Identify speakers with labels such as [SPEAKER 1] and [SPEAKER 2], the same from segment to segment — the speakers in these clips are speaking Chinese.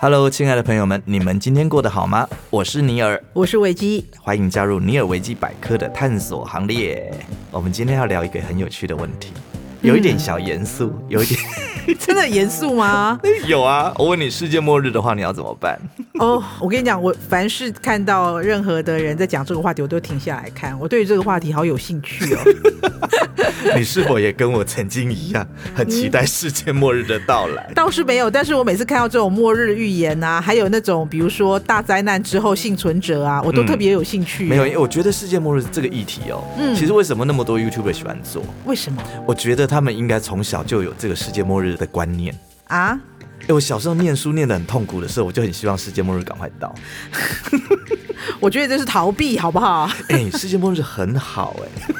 [SPEAKER 1] Hello，亲爱的朋友们，你们今天过得好吗？我是尼尔，
[SPEAKER 2] 我是维 基。
[SPEAKER 1] 欢迎加入尼尔维基百科的探索行列。我们今天要聊一个很有趣的问题，有一点小严肃，有一点
[SPEAKER 2] 真的严肃吗？
[SPEAKER 1] 嗯 有啊。我问你，世界末日的话，你要怎么办？
[SPEAKER 2] 哦、我跟你讲，我凡是看到任何的人在讲这个话题，我都停下来看。我对于这个话题好有兴 趣哦。
[SPEAKER 1] 你是否也跟我曾经一样，很期待世界末日的到来？
[SPEAKER 2] 倒是没有，但是我每次看到这种末日预言啊，还有那种比如说大灾难之后幸存者啊，我都
[SPEAKER 1] 嗯
[SPEAKER 2] 特别有兴趣。
[SPEAKER 1] 没有，因为我觉得世界末日这个议题哦，
[SPEAKER 2] 嗯
[SPEAKER 1] 其实为什么那么多 YouTuber 喜欢做？
[SPEAKER 2] 为什么
[SPEAKER 1] 我觉得他们应该从小就有这个世界末日的观念。
[SPEAKER 2] 啊？
[SPEAKER 1] 哎、我小时候念书念得很痛苦的时候，我就很希望世界末日赶快到。
[SPEAKER 2] 我觉得这是逃避，好 不好？
[SPEAKER 1] 哎、世界末日很好哎、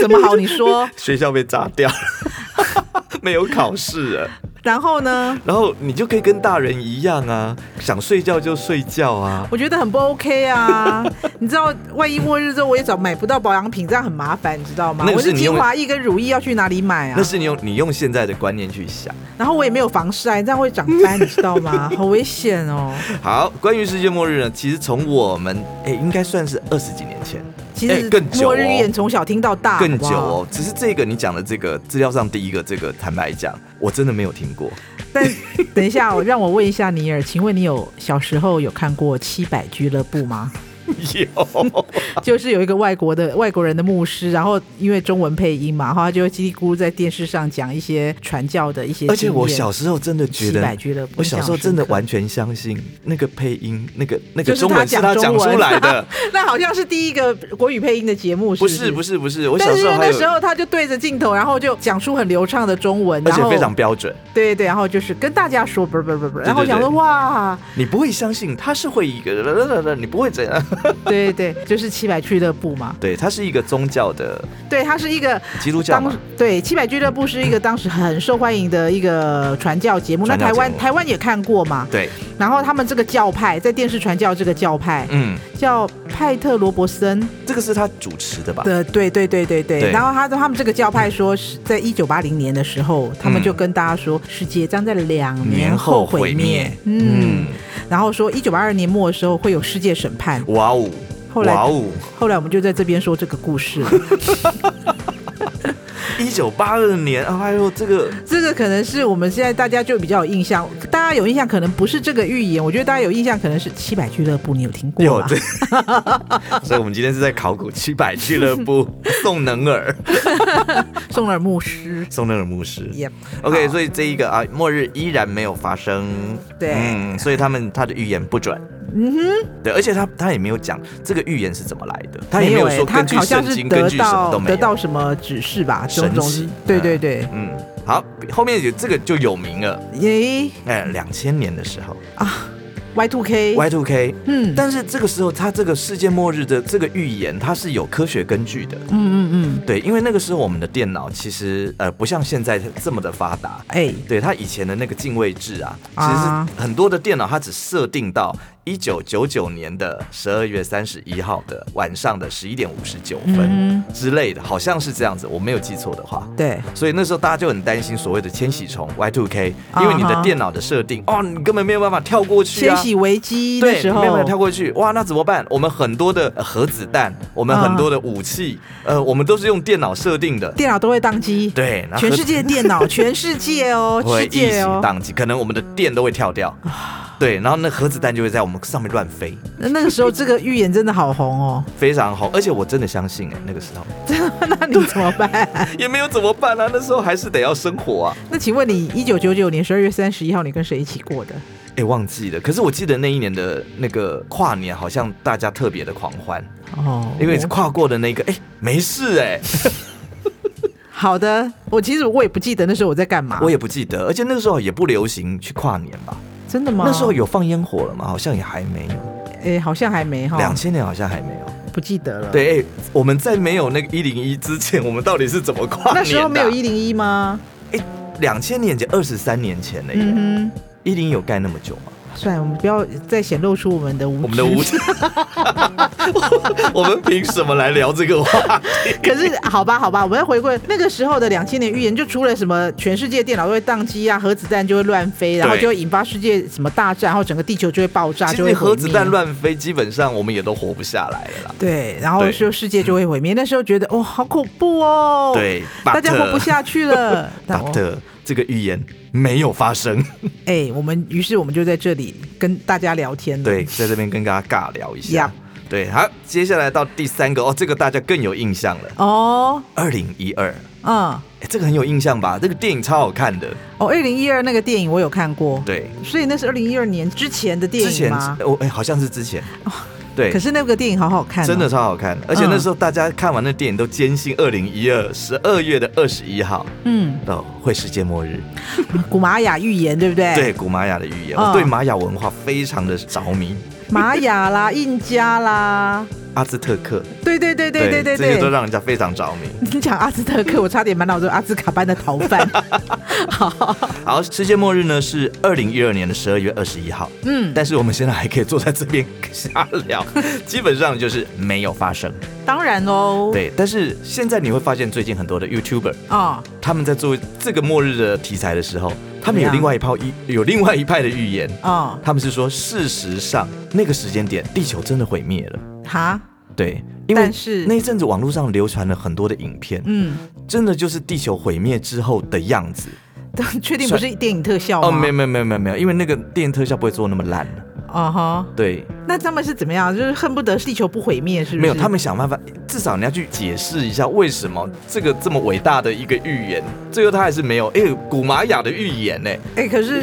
[SPEAKER 2] 怎么好？你说。
[SPEAKER 1] 学校被炸掉了， 没有考试了，
[SPEAKER 2] 然后呢？
[SPEAKER 1] 然后你就可以跟大人一样啊，想睡觉就睡觉啊。
[SPEAKER 2] 我觉得很不 OK 啊！你知道，万一末日之后我也找买不到保养品，这样很麻烦，你知道吗？
[SPEAKER 1] 那个
[SPEAKER 2] 我
[SPEAKER 1] 是
[SPEAKER 2] 的
[SPEAKER 1] 你
[SPEAKER 2] 精
[SPEAKER 1] 用
[SPEAKER 2] 华液跟乳液要去哪里买啊？
[SPEAKER 1] 那是你用你用现在的观念去想。
[SPEAKER 2] 然后我也没有防晒，这样会长斑，你知道 吗？好危险哦！
[SPEAKER 1] 好，关于世界末日呢，其实从我们哎、应该算是二十几年前，
[SPEAKER 2] 其
[SPEAKER 1] 哎
[SPEAKER 2] 实
[SPEAKER 1] 更久
[SPEAKER 2] 末日
[SPEAKER 1] 哦
[SPEAKER 2] 预言从小听到大，
[SPEAKER 1] 更久
[SPEAKER 2] 好不好
[SPEAKER 1] 哦。只是这个你讲的这个资料上第一个这个，坦白讲，我真的没有听 过。
[SPEAKER 2] 但等一下，我让我问一下尼尔，请问你有小时候有看过《七百俱乐部》 吗？
[SPEAKER 1] 有，
[SPEAKER 2] 就是有一个外国的外国人的牧师，然后因为中文配音嘛，然后他就会叽里咕噜在电视上讲一些传教的一些经验。
[SPEAKER 1] 而且我小时候真的觉
[SPEAKER 2] 七百
[SPEAKER 1] 得。
[SPEAKER 2] 俱乐部，
[SPEAKER 1] 我小时候
[SPEAKER 2] 印象
[SPEAKER 1] 真的
[SPEAKER 2] 深刻
[SPEAKER 1] 完全相信那个配音，那个那个
[SPEAKER 2] 就是
[SPEAKER 1] 中文啊是
[SPEAKER 2] 他
[SPEAKER 1] 他
[SPEAKER 2] 讲
[SPEAKER 1] 讲
[SPEAKER 2] 中文
[SPEAKER 1] 出来的，
[SPEAKER 2] 那好像是第一个国语配音的节目，
[SPEAKER 1] 不
[SPEAKER 2] 是
[SPEAKER 1] 是不
[SPEAKER 2] 是。
[SPEAKER 1] 是不是，我小
[SPEAKER 2] 但是
[SPEAKER 1] 时候还
[SPEAKER 2] 那
[SPEAKER 1] 有
[SPEAKER 2] 时，候他就对着镜头，然后就讲出很流畅的中文，
[SPEAKER 1] 而
[SPEAKER 2] 然
[SPEAKER 1] 且
[SPEAKER 2] 后
[SPEAKER 1] 非常标准，
[SPEAKER 2] 对对，然后就是跟大家说，不是不是不是不是，然后
[SPEAKER 1] 对对
[SPEAKER 2] 想说哇，
[SPEAKER 1] 你不会相信他是会一个，你不会这样。
[SPEAKER 2] 对对，就是七百俱乐部 嘛，
[SPEAKER 1] 对，它是一个宗教的
[SPEAKER 2] 对，它是一个
[SPEAKER 1] 基督教
[SPEAKER 2] 当
[SPEAKER 1] 嘛，
[SPEAKER 2] 对七百俱乐部是一个当时很受欢迎的一个传教节目，那
[SPEAKER 1] 传教
[SPEAKER 2] 台湾
[SPEAKER 1] 节目
[SPEAKER 2] 台湾也看过嘛，
[SPEAKER 1] 对，
[SPEAKER 2] 然后他们这个教派在电视传教这个教派
[SPEAKER 1] 嗯，
[SPEAKER 2] 叫派特罗伯森
[SPEAKER 1] 这个是他主持的吧？
[SPEAKER 2] 的，对对对对对，
[SPEAKER 1] 啊对
[SPEAKER 2] 然后他他们这个教派说是在一九八零年的时候，他们
[SPEAKER 1] 嗯
[SPEAKER 2] 就跟大家说世界将在两
[SPEAKER 1] 年
[SPEAKER 2] 年
[SPEAKER 1] 后
[SPEAKER 2] 后
[SPEAKER 1] 毁
[SPEAKER 2] 毁
[SPEAKER 1] 灭
[SPEAKER 2] 灭，，
[SPEAKER 1] 嗯
[SPEAKER 2] 嗯，，然后说一九八二年末的时候会有世界审判。
[SPEAKER 1] 哇哦，
[SPEAKER 2] 后来
[SPEAKER 1] 哇哦，
[SPEAKER 2] 后来我们就在这边说这个故事了，
[SPEAKER 1] 一九八二年，哎呦，这个
[SPEAKER 2] 这个可能是我们现在大家就比较有印象，大家有印象可能不是这个预言，我觉得大家有印象可能是七百俱乐部，你有听过
[SPEAKER 1] 有
[SPEAKER 2] 吗
[SPEAKER 1] 这？， 所以我们今天是在考古七百俱乐部 宋能尔，
[SPEAKER 2] 宋尔牧师。
[SPEAKER 1] 宋能尔牧师。
[SPEAKER 2] Yep,
[SPEAKER 1] OK，
[SPEAKER 2] 好
[SPEAKER 1] 所以这一个啊，末日依然没有发生。
[SPEAKER 2] 对
[SPEAKER 1] 嗯，所以他们他的预言不准。嗯哼，对，而且他他也没有讲这个预言是怎么来的，他也没有
[SPEAKER 2] 哎
[SPEAKER 1] 说
[SPEAKER 2] 他
[SPEAKER 1] 根据
[SPEAKER 2] 好像
[SPEAKER 1] 圣
[SPEAKER 2] 是
[SPEAKER 1] 经，根
[SPEAKER 2] 得
[SPEAKER 1] 据什么
[SPEAKER 2] 到
[SPEAKER 1] 都没
[SPEAKER 2] 得
[SPEAKER 1] 有。
[SPEAKER 2] 到什么指示吧，
[SPEAKER 1] 神
[SPEAKER 2] 种种
[SPEAKER 1] 奇
[SPEAKER 2] 对对对，
[SPEAKER 1] 嗯，好，后面有这个就有名了。
[SPEAKER 2] 耶
[SPEAKER 1] 哎，两千年的时候
[SPEAKER 2] Y two K，
[SPEAKER 1] ，Y two K，
[SPEAKER 2] 嗯，
[SPEAKER 1] 但是这个时候他这个世界末日的这个预言，它是有科学根据的。
[SPEAKER 2] 嗯嗯嗯，
[SPEAKER 1] 对，因为那个时候我们的电脑其实呃不像现在这么的发达，
[SPEAKER 2] 哎，
[SPEAKER 1] 对它以前的那个进位制啊，其
[SPEAKER 2] 啊
[SPEAKER 1] 实是很多的电脑它只设定到一九九九年的十二月三十一号的晚上的十一点五十九分
[SPEAKER 2] 嗯
[SPEAKER 1] 之类的，好像是这样子，我没有记错的话。
[SPEAKER 2] 对，
[SPEAKER 1] 所以那时候大家就很担心所谓的千禧虫 Y2K，因为你的
[SPEAKER 2] 啊哈
[SPEAKER 1] 电脑的设定哦，你根本没有办法跳过去
[SPEAKER 2] 千
[SPEAKER 1] 啊。
[SPEAKER 2] 禧危机那
[SPEAKER 1] 对，
[SPEAKER 2] 时
[SPEAKER 1] 没有
[SPEAKER 2] 候，
[SPEAKER 1] 办法跳过去，哇，那怎么办？我们很多的呃核子弹，我们很多的武器，呃，我们都是用电脑设定的。
[SPEAKER 2] 电脑都会宕机，
[SPEAKER 1] 对，那
[SPEAKER 2] 全
[SPEAKER 1] 核
[SPEAKER 2] 世界电 脑，全世界哦，
[SPEAKER 1] 会
[SPEAKER 2] 世
[SPEAKER 1] 一
[SPEAKER 2] 界
[SPEAKER 1] 起
[SPEAKER 2] 哦，啊
[SPEAKER 1] 宕机，可能我们的电都会跳掉。对，然后那核子弹就会在我们上面乱飞，
[SPEAKER 2] 那那个时候这个预言真的好红哦，
[SPEAKER 1] 非常好。而且我真的相信、哎，那个时候
[SPEAKER 2] 那你怎么办？
[SPEAKER 1] 也没有怎么办啊，那时候还是得要生活啊。
[SPEAKER 2] 那请问你一九九九年十二月三十一号你跟谁一起过的？
[SPEAKER 1] 哎、忘记了。可是我记得那一年的那个跨年，好像大家特别的狂欢，
[SPEAKER 2] 哦
[SPEAKER 1] 因为跨过的那个，哎、没事哎、
[SPEAKER 2] 好的，我其实我也不记得那时候我在干嘛，
[SPEAKER 1] 我也不记得。而且那个时候也不流行去跨年吧？
[SPEAKER 2] 真的吗？
[SPEAKER 1] 那时候有放烟火了吗？好像也还没有。
[SPEAKER 2] 诶、好像还没哈，
[SPEAKER 1] 两千年好像还没有。
[SPEAKER 2] 不记得了。，
[SPEAKER 1] 对，哎、我们在没有那个一零一之前，我们到底是怎么跨年的啊、
[SPEAKER 2] 那时候没有一零一吗？
[SPEAKER 1] 两千年前，二十三年前了耶。
[SPEAKER 2] 嗯哼，
[SPEAKER 1] 一零有盖那么久吗？
[SPEAKER 2] 算了，我们不要再显露出我们的无知。
[SPEAKER 1] 我们的无知， 我们凭什么来聊这个 话题？
[SPEAKER 2] 可是好吧，好吧，我们要回归那个时候的两千年预言，就出了什么全世界电脑都会宕机啊，核子弹就会乱飞，然后就会引发世界什么大战，然后整个地球就会爆炸，
[SPEAKER 1] 其
[SPEAKER 2] 就
[SPEAKER 1] 实
[SPEAKER 2] 会
[SPEAKER 1] 核
[SPEAKER 2] 毁
[SPEAKER 1] 子
[SPEAKER 2] 灭。
[SPEAKER 1] 弹乱飞，基本上我们也都活不下来了啦。
[SPEAKER 2] 对，然后
[SPEAKER 1] 对
[SPEAKER 2] 就世界就会毁灭。那时候觉得哦，好恐怖哦，
[SPEAKER 1] 对
[SPEAKER 2] 大家
[SPEAKER 1] but-
[SPEAKER 2] 活不下去 了。但我
[SPEAKER 1] Doctor，这个预言没有发生。
[SPEAKER 2] 哎，我们于是我们就在这里跟大家聊天了。
[SPEAKER 1] 对，在这边跟大家尬聊一下。对，好，接下来到第三个哦，这个大家更有印象了。
[SPEAKER 2] 哦，
[SPEAKER 1] 二零一二，
[SPEAKER 2] 嗯，
[SPEAKER 1] 哎，这个很有印象吧？这个电影超好看的。
[SPEAKER 2] 哦，二零一二那个电影我有看过，，
[SPEAKER 1] 对，
[SPEAKER 2] 所以那是二零一二年之前的
[SPEAKER 1] 之
[SPEAKER 2] 电影
[SPEAKER 1] 前
[SPEAKER 2] 吗？哦
[SPEAKER 1] 我哎、好像是之前。对
[SPEAKER 2] 可，是那个电影好好看、哦，
[SPEAKER 1] 真的超好看的，而且那时候大家看完那电影都坚信二零一二十二月的二十一号
[SPEAKER 2] 嗯，
[SPEAKER 1] 哦会世界末日。
[SPEAKER 2] 古玛雅预言对不对？
[SPEAKER 1] 对，，古玛雅的预言，
[SPEAKER 2] 嗯
[SPEAKER 1] 我对玛雅文化非常的着迷。
[SPEAKER 2] 玛雅啦、印加啦，
[SPEAKER 1] 阿兹特克，
[SPEAKER 2] 对对对对
[SPEAKER 1] 这
[SPEAKER 2] 对
[SPEAKER 1] 些都
[SPEAKER 2] 对。
[SPEAKER 1] 让人家非常着迷。
[SPEAKER 2] 你讲阿兹特克，我差点满脑子有阿兹卡班的逃 犯。
[SPEAKER 1] 好，世界末日呢是二零一二年的十二月二十一号，
[SPEAKER 2] 嗯，
[SPEAKER 1] 但是我们现在还可以坐在这边瞎 聊，基本上就是没有发生。
[SPEAKER 2] 当然喽。，
[SPEAKER 1] 对，但是现在你会发现，最近很多的 YouTuber
[SPEAKER 2] 哦，
[SPEAKER 1] 他们在做这个末日的题材的时候，他们有
[SPEAKER 2] 怎样
[SPEAKER 1] 另外一派一有另外一派的预言，
[SPEAKER 2] 哦，
[SPEAKER 1] 他们是说，事实上那个时间点，地球真的毁灭了。
[SPEAKER 2] 哈，
[SPEAKER 1] 对，因为
[SPEAKER 2] 但是
[SPEAKER 1] 那一阵子网络上流传了很多的影片，
[SPEAKER 2] 嗯，
[SPEAKER 1] 真的就是地球毁灭之后的样子。
[SPEAKER 2] 确定不是电影特效吗？
[SPEAKER 1] 哦，没有没有没有没有没有，因为那个电影特效不会做那么烂。
[SPEAKER 2] 哦哈，
[SPEAKER 1] 对，
[SPEAKER 2] 那他们是怎么样？就是恨不得地球不毁灭，是不是？
[SPEAKER 1] 没有，他们想办法，至少你要去解释一下为什么这个这么伟大的一个预言，最后他还是没有。哎、古玛雅的预言呢、
[SPEAKER 2] 哎、可 是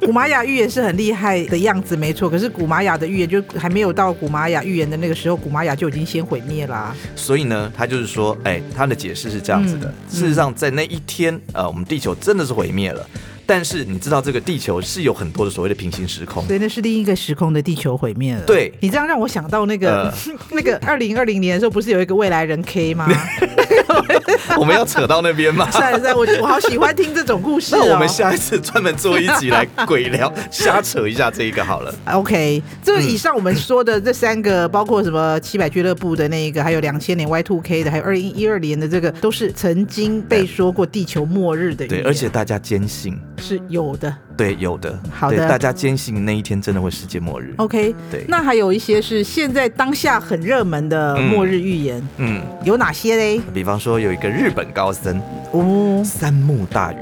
[SPEAKER 2] 古玛雅预言是很厉害的样子，没错。可是古玛雅的预言就还没有到古玛雅预言的那个时候，古玛雅就已经先毁灭啦、
[SPEAKER 1] 所以呢，他就是说，哎、他的解释是这样子的。
[SPEAKER 2] 嗯
[SPEAKER 1] 事实上，在那一天，呃，我们地球真的是毁灭了。但是你知道，这个地球是有很多的所谓的平行时 空。
[SPEAKER 2] 对，那是另一个时空的地球毁灭了。
[SPEAKER 1] 对
[SPEAKER 2] 你这样让我想到那个、
[SPEAKER 1] 呃
[SPEAKER 2] 那个二零二零年的时候，不是有一个未来人 K 吗？
[SPEAKER 1] 我们要扯到那边吗？
[SPEAKER 2] 算了算了，我我好喜欢听这种故事、哦。
[SPEAKER 1] 那我们下一次专门做一集来鬼 聊，瞎扯一下这一个好了。
[SPEAKER 2] OK，这
[SPEAKER 1] 嗯
[SPEAKER 2] 以上我们说的这三个，包括什么七百俱乐部的那个，还有两千年 Y Two K 的，还有二零一二年的这个，都是曾经被说过地球末日的预
[SPEAKER 1] 对，
[SPEAKER 2] 言，
[SPEAKER 1] 而且大家坚信，
[SPEAKER 2] 是有的。
[SPEAKER 1] 对，有的，
[SPEAKER 2] 好的哦
[SPEAKER 1] 对大家坚信那一天真的会世界末日。
[SPEAKER 2] OK，
[SPEAKER 1] 对
[SPEAKER 2] 那还有一些是现在当下很热门的末日预言，
[SPEAKER 1] 嗯，
[SPEAKER 2] 有哪些嘞？
[SPEAKER 1] 比方说有一个日本高僧
[SPEAKER 2] 哦，
[SPEAKER 1] 三木大云，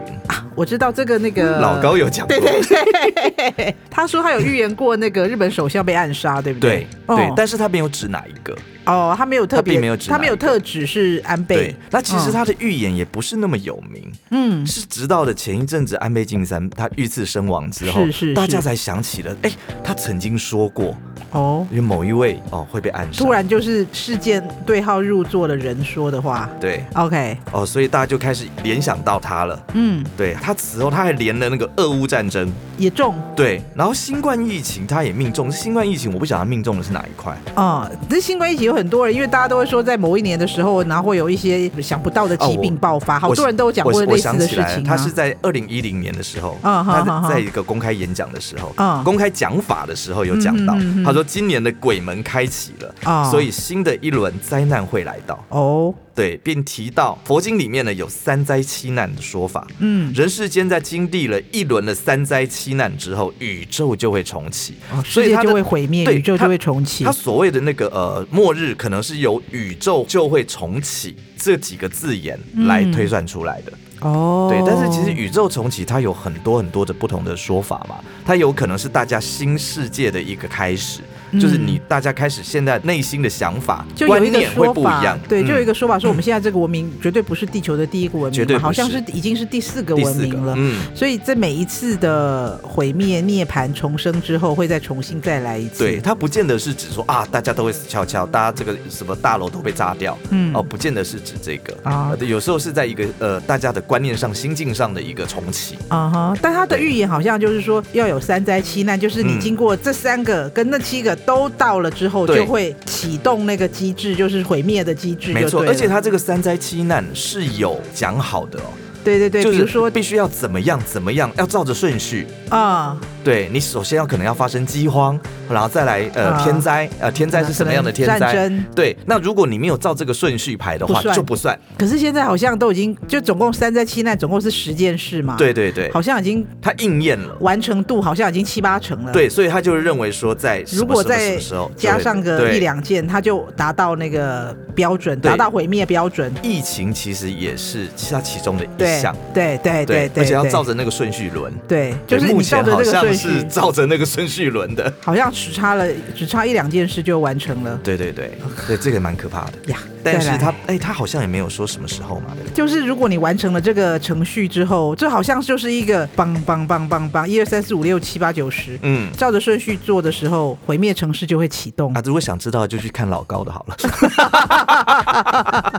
[SPEAKER 2] 我知道这个那个
[SPEAKER 1] 老高有讲过
[SPEAKER 2] 呃对。对对，对他说他有预言过那个日本首相被暗杀，对不
[SPEAKER 1] 对
[SPEAKER 2] 哦
[SPEAKER 1] 对，但是他没有指哪一个。
[SPEAKER 2] 哦，他没有特
[SPEAKER 1] 他
[SPEAKER 2] 别，
[SPEAKER 1] 并没有指哪一个
[SPEAKER 2] 他没有特指是安倍
[SPEAKER 1] 对，，那其实
[SPEAKER 2] 嗯
[SPEAKER 1] 他的预言也不是那么有名，
[SPEAKER 2] 嗯，
[SPEAKER 1] 是直到了前一阵子安倍晋三他遇刺身亡之后，
[SPEAKER 2] 是是是
[SPEAKER 1] 大家才想起了，哎，他曾经说过，
[SPEAKER 2] 哦，
[SPEAKER 1] 因为某一位哦会被暗杀，
[SPEAKER 2] 突然就是事件对号入座的人说的话
[SPEAKER 1] 对
[SPEAKER 2] ，OK，
[SPEAKER 1] 哦，所以大家就开始联想到他了。
[SPEAKER 2] 嗯，
[SPEAKER 1] 对他此后他还连了那个俄乌战争，
[SPEAKER 2] 也中，
[SPEAKER 1] 对，然后新冠疫情他也命中，新冠疫情我不晓得他命中的是哪一块，
[SPEAKER 2] 啊、嗯，这新冠疫情有很多人，因为大家都会说在某一年的时候，然后会有一些想不到的疾病
[SPEAKER 1] 哦我
[SPEAKER 2] 爆发，好多人都有讲
[SPEAKER 1] 我
[SPEAKER 2] 过
[SPEAKER 1] 我
[SPEAKER 2] 类似
[SPEAKER 1] 想
[SPEAKER 2] 的
[SPEAKER 1] 起
[SPEAKER 2] 事
[SPEAKER 1] 来了，
[SPEAKER 2] 情、啊。
[SPEAKER 1] 他是在二零一零年的时候，
[SPEAKER 2] 嗯好好
[SPEAKER 1] 他
[SPEAKER 2] 好
[SPEAKER 1] 在在一个公开演讲的时候，
[SPEAKER 2] 嗯
[SPEAKER 1] 公开讲法的时候有讲到，
[SPEAKER 2] 嗯嗯嗯嗯
[SPEAKER 1] 他说今年的鬼门开启了，
[SPEAKER 2] 哦
[SPEAKER 1] 所以新的一轮灾难会来到。
[SPEAKER 2] 哦，
[SPEAKER 1] 对，并提到佛经里面呢有三灾七难的说法。
[SPEAKER 2] 嗯，
[SPEAKER 1] 人世间在经历了一轮的三灾七难之后，宇宙就会重启，
[SPEAKER 2] 哦世界
[SPEAKER 1] 他的
[SPEAKER 2] 就会毁灭，
[SPEAKER 1] 对
[SPEAKER 2] 宇宙就会重启
[SPEAKER 1] 他。所谓的那个呃末日，可能是由宇宙就会重启这几个字眼来
[SPEAKER 2] 嗯
[SPEAKER 1] 推算出来的。
[SPEAKER 2] 哦，
[SPEAKER 1] 对，但是其实宇宙重启它有很多很多的不同的说法嘛，它有可能是大家新世界的一个开始，就是你大家开始现在内心的想法
[SPEAKER 2] 嗯就有
[SPEAKER 1] 观
[SPEAKER 2] 一个
[SPEAKER 1] 念会
[SPEAKER 2] 说
[SPEAKER 1] 不一
[SPEAKER 2] 法
[SPEAKER 1] 样，，嗯
[SPEAKER 2] 对，就有一
[SPEAKER 1] 个、
[SPEAKER 2] 个说法说，我们现在这个文明绝对不是地球的第一个文
[SPEAKER 1] 绝
[SPEAKER 2] 明
[SPEAKER 1] 对
[SPEAKER 2] 嘛，
[SPEAKER 1] 不是
[SPEAKER 2] 好像是已经是第四个
[SPEAKER 1] 第
[SPEAKER 2] 文
[SPEAKER 1] 四
[SPEAKER 2] 明
[SPEAKER 1] 个
[SPEAKER 2] 了，。
[SPEAKER 1] 嗯。
[SPEAKER 2] 所以在每一次的毁灭、涅槃、重生之后，会再重新再来一次。
[SPEAKER 1] 对，它不见得是指说啊，大家都会死翘翘，大家这个什么大楼都被炸掉，
[SPEAKER 2] 嗯
[SPEAKER 1] 哦，不见得是指这个
[SPEAKER 2] 啊
[SPEAKER 1] 呃有时候是在一个呃大家的观念上、心境上的一个重启。
[SPEAKER 2] 啊哈、但他的预言好像就是说要有三灾七难，就是你
[SPEAKER 1] 嗯
[SPEAKER 2] 经过这三个跟那七个都到了之后，
[SPEAKER 1] 对
[SPEAKER 2] 就会启动那个机制，就是毁灭的机制就对
[SPEAKER 1] 没
[SPEAKER 2] 了。
[SPEAKER 1] 错，而且它这个三灾七难是有讲好的哦，
[SPEAKER 2] 对对对，
[SPEAKER 1] 就
[SPEAKER 2] 比如
[SPEAKER 1] 是
[SPEAKER 2] 说
[SPEAKER 1] 必须要怎么样怎么样，要照着顺序。
[SPEAKER 2] 啊、
[SPEAKER 1] 对你首先要可能要发生饥荒，然后再来呃
[SPEAKER 2] 啊
[SPEAKER 1] 天灾，呃天灾是什么样的天
[SPEAKER 2] 战
[SPEAKER 1] 灾？
[SPEAKER 2] 争？
[SPEAKER 1] 对，那如果你没有照这个顺序排的
[SPEAKER 2] 不
[SPEAKER 1] 话，
[SPEAKER 2] 算
[SPEAKER 1] 就不算。
[SPEAKER 2] 可是现在好像都已经就总共三灾七难，总共是十件事嘛。，
[SPEAKER 1] 对对对，
[SPEAKER 2] 啊好像已经
[SPEAKER 1] 它应验了。
[SPEAKER 2] 完成度好像已经七八成了。，
[SPEAKER 1] 对，所以他就认为说，在什么
[SPEAKER 2] 如果
[SPEAKER 1] 什么什
[SPEAKER 2] 再
[SPEAKER 1] 么时候
[SPEAKER 2] 加上
[SPEAKER 1] 就会
[SPEAKER 2] 个
[SPEAKER 1] 对
[SPEAKER 2] 一两件，它就达到那个标准，
[SPEAKER 1] 对
[SPEAKER 2] 达到毁灭标准。
[SPEAKER 1] 疫情，其实也是其它其中的一
[SPEAKER 2] 对
[SPEAKER 1] 项。
[SPEAKER 2] 对对对对，
[SPEAKER 1] 而且要
[SPEAKER 2] 对
[SPEAKER 1] 照着那个顺序轮。
[SPEAKER 2] 对，就
[SPEAKER 1] 对
[SPEAKER 2] 是
[SPEAKER 1] 目
[SPEAKER 2] 你
[SPEAKER 1] 前
[SPEAKER 2] 照着
[SPEAKER 1] 好
[SPEAKER 2] 这个
[SPEAKER 1] 像
[SPEAKER 2] 顺
[SPEAKER 1] 是
[SPEAKER 2] 序，
[SPEAKER 1] 照着那个顺序轮的。
[SPEAKER 2] 好像只差了只差一两件事就完成了
[SPEAKER 1] 对对对，对这个蛮可怕的。
[SPEAKER 2] 呀。
[SPEAKER 1] 但是
[SPEAKER 2] 再来
[SPEAKER 1] 他哎，他好像也没有说什么时候嘛，对不对？
[SPEAKER 2] 就是如果你完成了这个程序之后，这好像就是一个梆梆梆梆梆，一二三四五六七八九十，
[SPEAKER 1] 嗯。
[SPEAKER 2] 照着顺序做的时候，毁灭城市就会启动
[SPEAKER 1] 啊，。如果想知道就去看老高的好了，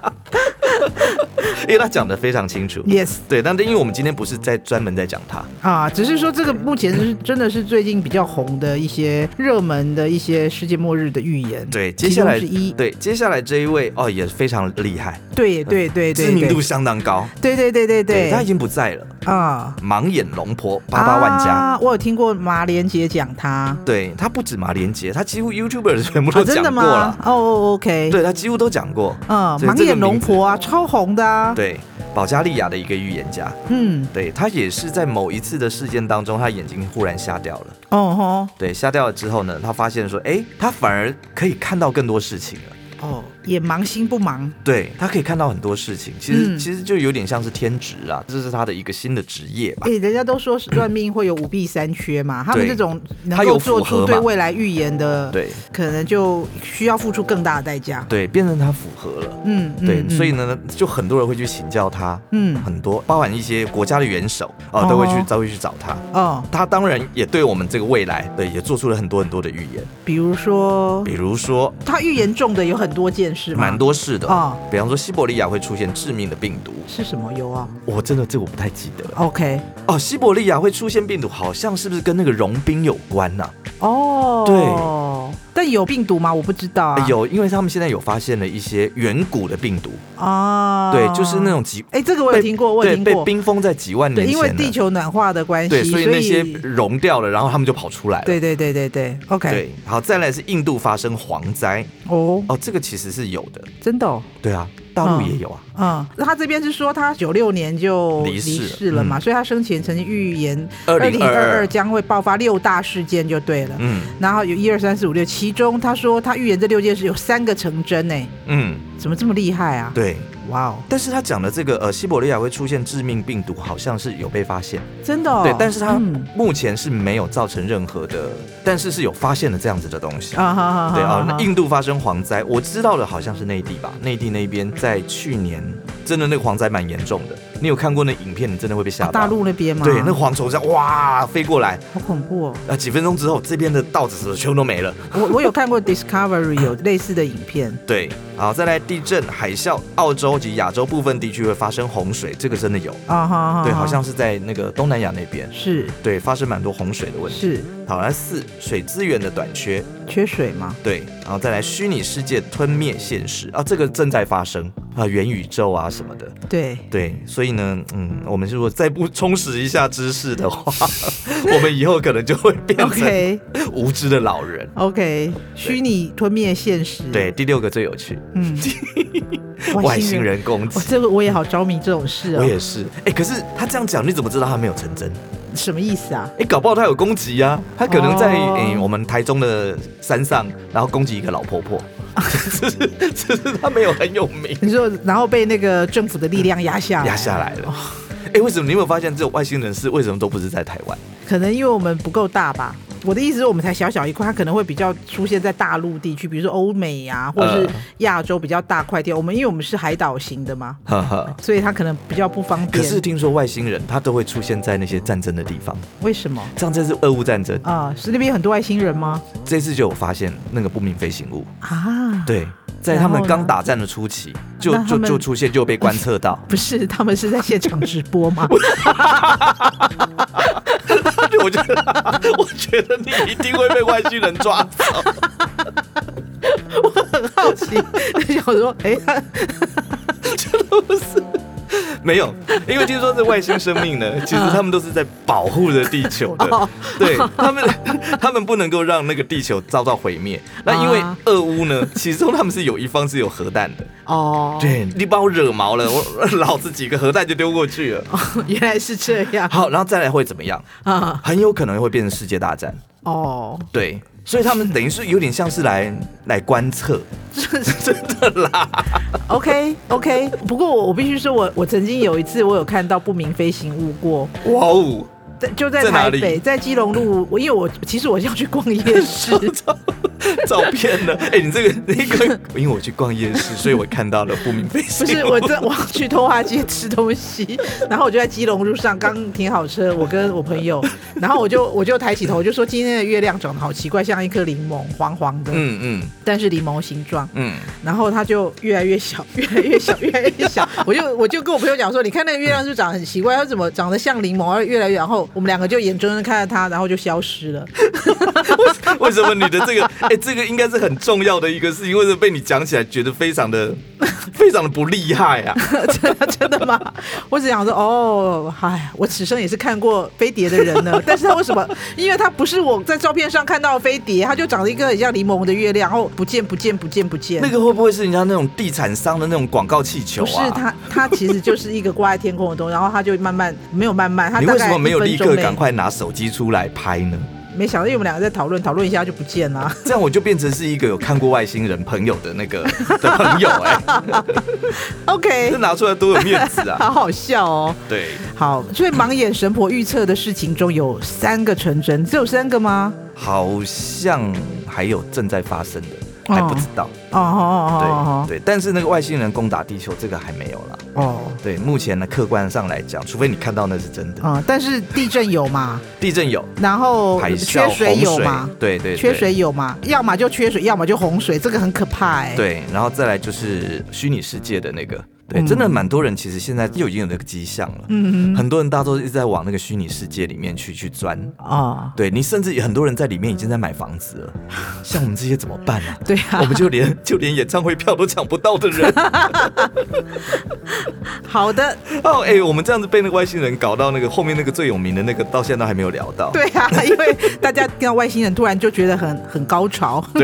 [SPEAKER 1] 因为他讲的非常清楚。
[SPEAKER 2] Yes
[SPEAKER 1] 对，但因为我们今天不是在专门在讲他，
[SPEAKER 2] 啊，只是说这个目前是真的是最近比较红的一些热门的一些世界末日的预言。
[SPEAKER 1] 对，接
[SPEAKER 2] 其
[SPEAKER 1] 下
[SPEAKER 2] 中
[SPEAKER 1] 来呃
[SPEAKER 2] 是一，
[SPEAKER 1] 对接下来这一位哦也非常厉害，
[SPEAKER 2] 对对对对对，
[SPEAKER 1] 知名度相当高，
[SPEAKER 2] 对对对对对
[SPEAKER 1] 他已经不在了，
[SPEAKER 2] 啊，
[SPEAKER 1] 盲眼龙婆八八万加，
[SPEAKER 2] 啊我有听过马莲姐讲他，
[SPEAKER 1] 对他不止马连杰，他几乎 YouTuber 全部
[SPEAKER 2] 啊，
[SPEAKER 1] 都
[SPEAKER 2] 真
[SPEAKER 1] 讲
[SPEAKER 2] 的
[SPEAKER 1] 过了，
[SPEAKER 2] 吗？哦哦，OK，，
[SPEAKER 1] 对他几乎都讲过，
[SPEAKER 2] 嗯，
[SPEAKER 1] 所以
[SPEAKER 2] 盲
[SPEAKER 1] 这个
[SPEAKER 2] 眼龙
[SPEAKER 1] 名字
[SPEAKER 2] 婆啊，超红的啊，
[SPEAKER 1] 对保加利亚的一个预言家，
[SPEAKER 2] 嗯，
[SPEAKER 1] 对他也是在某一次的事件当中，他眼睛忽然瞎掉了。
[SPEAKER 2] 哦
[SPEAKER 1] 对，瞎掉了之后呢，他发现说，哎，他反而可以看到更多事情了。
[SPEAKER 2] 吼，哦，眼盲心不盲，
[SPEAKER 1] 对他可以看到很多事情，其实、
[SPEAKER 2] 嗯
[SPEAKER 1] 其实就有点像是天职啊，这是他的一个新的职业吧
[SPEAKER 2] 哎、。人家都说是算命会有五弊三缺嘛，他们
[SPEAKER 1] 对
[SPEAKER 2] 这种能
[SPEAKER 1] 他有
[SPEAKER 2] 够
[SPEAKER 1] 符合
[SPEAKER 2] 做出
[SPEAKER 1] 嘛
[SPEAKER 2] 对未来预言的，
[SPEAKER 1] 对
[SPEAKER 2] 可能就需要付出更大的代价。
[SPEAKER 1] 对，变成他符合了。
[SPEAKER 2] 嗯，嗯
[SPEAKER 1] 对，
[SPEAKER 2] 嗯
[SPEAKER 1] 所以呢，就很多人会去请教他，
[SPEAKER 2] 嗯
[SPEAKER 1] 很多包含一些国家的元首啊、都会去都会去找他。
[SPEAKER 2] 哦，
[SPEAKER 1] 他当然也对我们这个未来，对，也做出了很多很多的预言，
[SPEAKER 2] 比如说
[SPEAKER 1] 比如说
[SPEAKER 2] 他预言中的有很多件事嘛，
[SPEAKER 1] 蛮多事的，
[SPEAKER 2] 哦
[SPEAKER 1] 比方说西伯利亚会出现致命的病毒，
[SPEAKER 2] 是什么有啊
[SPEAKER 1] 我真的这个我不太记得了。
[SPEAKER 2] ？OK，
[SPEAKER 1] 哦，西伯利亚会出现病毒，好像是不是跟那个融冰有关呐、
[SPEAKER 2] 哦，
[SPEAKER 1] 对，
[SPEAKER 2] 但有病毒吗？我不知道啊，
[SPEAKER 1] 哎有，因为他们现在有发现了一些远古的病毒，
[SPEAKER 2] 啊，
[SPEAKER 1] 对，就是那，种几
[SPEAKER 2] 哎、这个我有
[SPEAKER 1] 被
[SPEAKER 2] 听过，我有
[SPEAKER 1] 对
[SPEAKER 2] 听
[SPEAKER 1] 被
[SPEAKER 2] 过，
[SPEAKER 1] 冰封在几万
[SPEAKER 2] 对，
[SPEAKER 1] 年前
[SPEAKER 2] 因
[SPEAKER 1] 了，
[SPEAKER 2] 为地球暖化的关系，
[SPEAKER 1] 对，所以那些融掉了，然后他们就跑出来了。
[SPEAKER 2] 对对对对对，OK，
[SPEAKER 1] 对，好，再来是印度发生蝗灾，
[SPEAKER 2] 哦，
[SPEAKER 1] 哦，这个其实是有的，
[SPEAKER 2] 真的、哦。
[SPEAKER 1] 对啊，大陆
[SPEAKER 2] 嗯
[SPEAKER 1] 也有啊，
[SPEAKER 2] 嗯，那他这边是说他九六年就
[SPEAKER 1] 离
[SPEAKER 2] 离
[SPEAKER 1] 世
[SPEAKER 2] 世了嘛，
[SPEAKER 1] 嗯
[SPEAKER 2] 所以他生前曾经预言
[SPEAKER 1] 2022
[SPEAKER 2] 2022将会爆发六大事件就对了。
[SPEAKER 1] 嗯
[SPEAKER 2] 然后有一二三四五六，其中他说他预言这六件事有三个成真呢，
[SPEAKER 1] 嗯，
[SPEAKER 2] 怎么这么厉害啊？，
[SPEAKER 1] 对。
[SPEAKER 2] 哇哦，
[SPEAKER 1] 但是他讲的这个呃，西伯利亚会出现致命病毒，好像是有被发现，
[SPEAKER 2] 真的、哦。
[SPEAKER 1] 对，但是他
[SPEAKER 2] 嗯
[SPEAKER 1] 目前是没有造成任何的，但是是有发现了这样子的东西。
[SPEAKER 2] 啊哈哈哈，
[SPEAKER 1] 对啊，
[SPEAKER 2] 哈
[SPEAKER 1] 那
[SPEAKER 2] 哈
[SPEAKER 1] 印度发生蝗灾，我知道的好像是内地吧，内地那边在去年真的那个蝗灾蛮严重的，你有看过那影片，你真的会被吓到。
[SPEAKER 2] 哦大陆那边嘛，
[SPEAKER 1] 对，那蝗虫这样哇飞过来，
[SPEAKER 2] 好恐怖哦。
[SPEAKER 1] 啊，几分钟之后这边的稻子什么全部都没了。
[SPEAKER 2] 我我有看过 Discovery 有类似的影片，
[SPEAKER 1] 对，好，再来地震、海啸，澳洲及亚洲部分地区会发生洪水，这个真的有。
[SPEAKER 2] 啊哈哈哈，
[SPEAKER 1] 对，好像是在那个东南亚那边，
[SPEAKER 2] 是
[SPEAKER 1] 对，发生蛮多洪水的问题。
[SPEAKER 2] 是
[SPEAKER 1] 好，来四水资源的短缺，
[SPEAKER 2] 缺水嘛，
[SPEAKER 1] 对，然后再来虚拟世界吞灭现实啊，这个正在发生啊，元宇宙啊什么的，
[SPEAKER 2] 对，
[SPEAKER 1] 对，所以呢，嗯，我们如果再不充实一下知识的话， 我们以后可能就会变成
[SPEAKER 2] OK
[SPEAKER 1] 无知的老人。
[SPEAKER 2] OK，虚拟吞灭现实。
[SPEAKER 1] 对，，第六个最有趣，
[SPEAKER 2] 嗯，
[SPEAKER 1] 外星，人攻
[SPEAKER 2] 我
[SPEAKER 1] 击。
[SPEAKER 2] 这个我也好着迷这种事
[SPEAKER 1] 我
[SPEAKER 2] 哦，
[SPEAKER 1] 也是，哎、可是他这样讲，你怎么知道他没有成真？
[SPEAKER 2] 什么意思啊？
[SPEAKER 1] 哎、搞不好他有攻击呀、啊，他可能在哎、
[SPEAKER 2] 哦
[SPEAKER 1] 我们台中的山上，然后攻击一个老婆婆， 只是只是他没有很有名。
[SPEAKER 2] 你说，然后被那个政府的力量压下，
[SPEAKER 1] 压下，来了。哎、为什么你有没有发现这种外星人是为什么都不是在台湾？
[SPEAKER 2] 可能因为我们不够大吧。我的意思是我们才小小一块，它可能会比较出现在大陆地区，比如说欧美啊，或者是
[SPEAKER 1] 呃
[SPEAKER 2] 亚洲比较大块地。我们因为我们是海岛型的嘛，
[SPEAKER 1] 哈哈。
[SPEAKER 2] 所以它可能比较不方
[SPEAKER 1] 可
[SPEAKER 2] 便。
[SPEAKER 1] 是听说外星人他都会出现在那些战争的地方，
[SPEAKER 2] 为什么
[SPEAKER 1] 像这次俄乌战争，
[SPEAKER 2] 啊？是那边有很多外星人吗？
[SPEAKER 1] 这次就有发现那个不明飞行物，
[SPEAKER 2] 啊，，
[SPEAKER 1] 对，在他
[SPEAKER 2] 然后
[SPEAKER 1] 们
[SPEAKER 2] 呢
[SPEAKER 1] 刚打战的初期就
[SPEAKER 2] 那他
[SPEAKER 1] 就
[SPEAKER 2] 们，
[SPEAKER 1] 就出现，就被观测到
[SPEAKER 2] 不是他们是在现场直播 吗？
[SPEAKER 1] 我觉得 我觉得你一定会被外星人抓走。
[SPEAKER 2] 很好奇，想说，哎、
[SPEAKER 1] 真的不是。没有，因为听说这外星生命呢， 其实他们都是在保护着地球的
[SPEAKER 2] 哦，
[SPEAKER 1] 对他们， 他们不能够让那个地球遭到毁灭。那因为
[SPEAKER 2] 啊
[SPEAKER 1] 俄乌呢，其中他们是有一方是有核弹的，
[SPEAKER 2] 哦，，
[SPEAKER 1] 对你把我惹毛了，我 老子几个核弹就丢过去了。
[SPEAKER 2] 原来是这样
[SPEAKER 1] 好，然后再来会怎么样？
[SPEAKER 2] 啊，
[SPEAKER 1] 很有可能会变成世界大战。
[SPEAKER 2] 哦，
[SPEAKER 1] 对，所以他们等于是有点像是来来观测，
[SPEAKER 2] 这
[SPEAKER 1] 真的啦。
[SPEAKER 2] OK OK，不过我我必须说我，我曾经有一次我有看到不明飞行物过，
[SPEAKER 1] 哇哦，
[SPEAKER 2] 在就在
[SPEAKER 1] 在哪
[SPEAKER 2] 台
[SPEAKER 1] 里
[SPEAKER 2] 北，在基隆路，我因为我其实我要去逛 夜市，
[SPEAKER 1] 照照片呢？ 哎、你这个那个，因为我去逛夜市，所以我看到了不明飞行
[SPEAKER 2] 不
[SPEAKER 1] 物。
[SPEAKER 2] 是我在我要去通化街吃东西，然后我就在基隆路上刚停好车，我跟我朋友，然后我就我就抬起头我就说今天的月亮长得好奇怪，像一颗柠檬，黄黄的，
[SPEAKER 1] 嗯嗯
[SPEAKER 2] 但是柠檬形状，
[SPEAKER 1] 嗯，
[SPEAKER 2] 然后它就越来越小，越来越小，越来越小。我就我就跟我朋友讲说，你看那个月亮是不是长得很奇怪，它怎么长得像柠檬，而越来越……然后我们两个就眼睁睁看着它，然后就消失了。
[SPEAKER 1] 为什么你的这个哎、这个应该是很重要的一个事情，为什么被你讲起来觉得非常的 非常的不厉害 啊？
[SPEAKER 2] 真的真的吗？我只想说，哦，哎，我此生也是看过飞碟的人呢。但是它为什么？因为它不是我在照片上看到的飞碟，它就长了一个很像柠檬的月亮，然后不见不见不见不见。
[SPEAKER 1] 那个会不会是人家那种地产商的那种广告气球
[SPEAKER 2] 不
[SPEAKER 1] 啊？
[SPEAKER 2] 是它，它其实就是一个挂在天空的东西，然后它就慢慢没有慢慢，它
[SPEAKER 1] 你
[SPEAKER 2] 大
[SPEAKER 1] 为什
[SPEAKER 2] 概
[SPEAKER 1] 么没有
[SPEAKER 2] 一分
[SPEAKER 1] 立
[SPEAKER 2] 钟
[SPEAKER 1] 刻
[SPEAKER 2] 内
[SPEAKER 1] 赶？快拿手机出来拍呢？
[SPEAKER 2] 没想到，因为我们两个在讨论，讨论一下就不 见了。
[SPEAKER 1] 这样我就变成是一个有看过外星人朋友的那 个的朋友哎、这
[SPEAKER 2] OK，
[SPEAKER 1] 拿出来多有面子啊！
[SPEAKER 2] 好好笑哦。
[SPEAKER 1] 对，
[SPEAKER 2] 好，所以盲眼神婆预测的事情中有三个成真，只有三个吗？
[SPEAKER 1] 好像还有正在发生的，
[SPEAKER 2] 哦
[SPEAKER 1] 还不知道。
[SPEAKER 2] 哦哦
[SPEAKER 1] 对对，但是那个外星人攻打地球这个还没有啦。
[SPEAKER 2] 哦哦
[SPEAKER 1] 对，目前呢，客观上来讲，除非你看到那是真的，
[SPEAKER 2] 哦，啊！但是地震有嘛，
[SPEAKER 1] 地震有，
[SPEAKER 2] 然后
[SPEAKER 1] 海啸、
[SPEAKER 2] 哦缺水有嘛
[SPEAKER 1] 洪水，，对对，对
[SPEAKER 2] 缺水。有嘛，要么就缺水，要么就洪水，这个很可怕哎、，
[SPEAKER 1] 对，然后再来就是虚拟世界的那个，对，
[SPEAKER 2] 嗯
[SPEAKER 1] 真的蛮多人其实现在就已经有那个迹象了。
[SPEAKER 2] 嗯哼，
[SPEAKER 1] 很多人大家都一直在往那个虚拟世界里面去去钻，
[SPEAKER 2] 哦，
[SPEAKER 1] 对你甚至有很多人在里面已经在买房子 了，像我们这些怎么办啊？
[SPEAKER 2] 对啊
[SPEAKER 1] 我，们就 连就连演唱会票都抢不到的人，
[SPEAKER 2] 好的，
[SPEAKER 1] 哦，哎、我们这样子被那个外星人搞到那个后面那个最有名的那个，到现在都还没有聊到。
[SPEAKER 2] 对啊，因为大家听到外星人突然就觉得很很高 潮，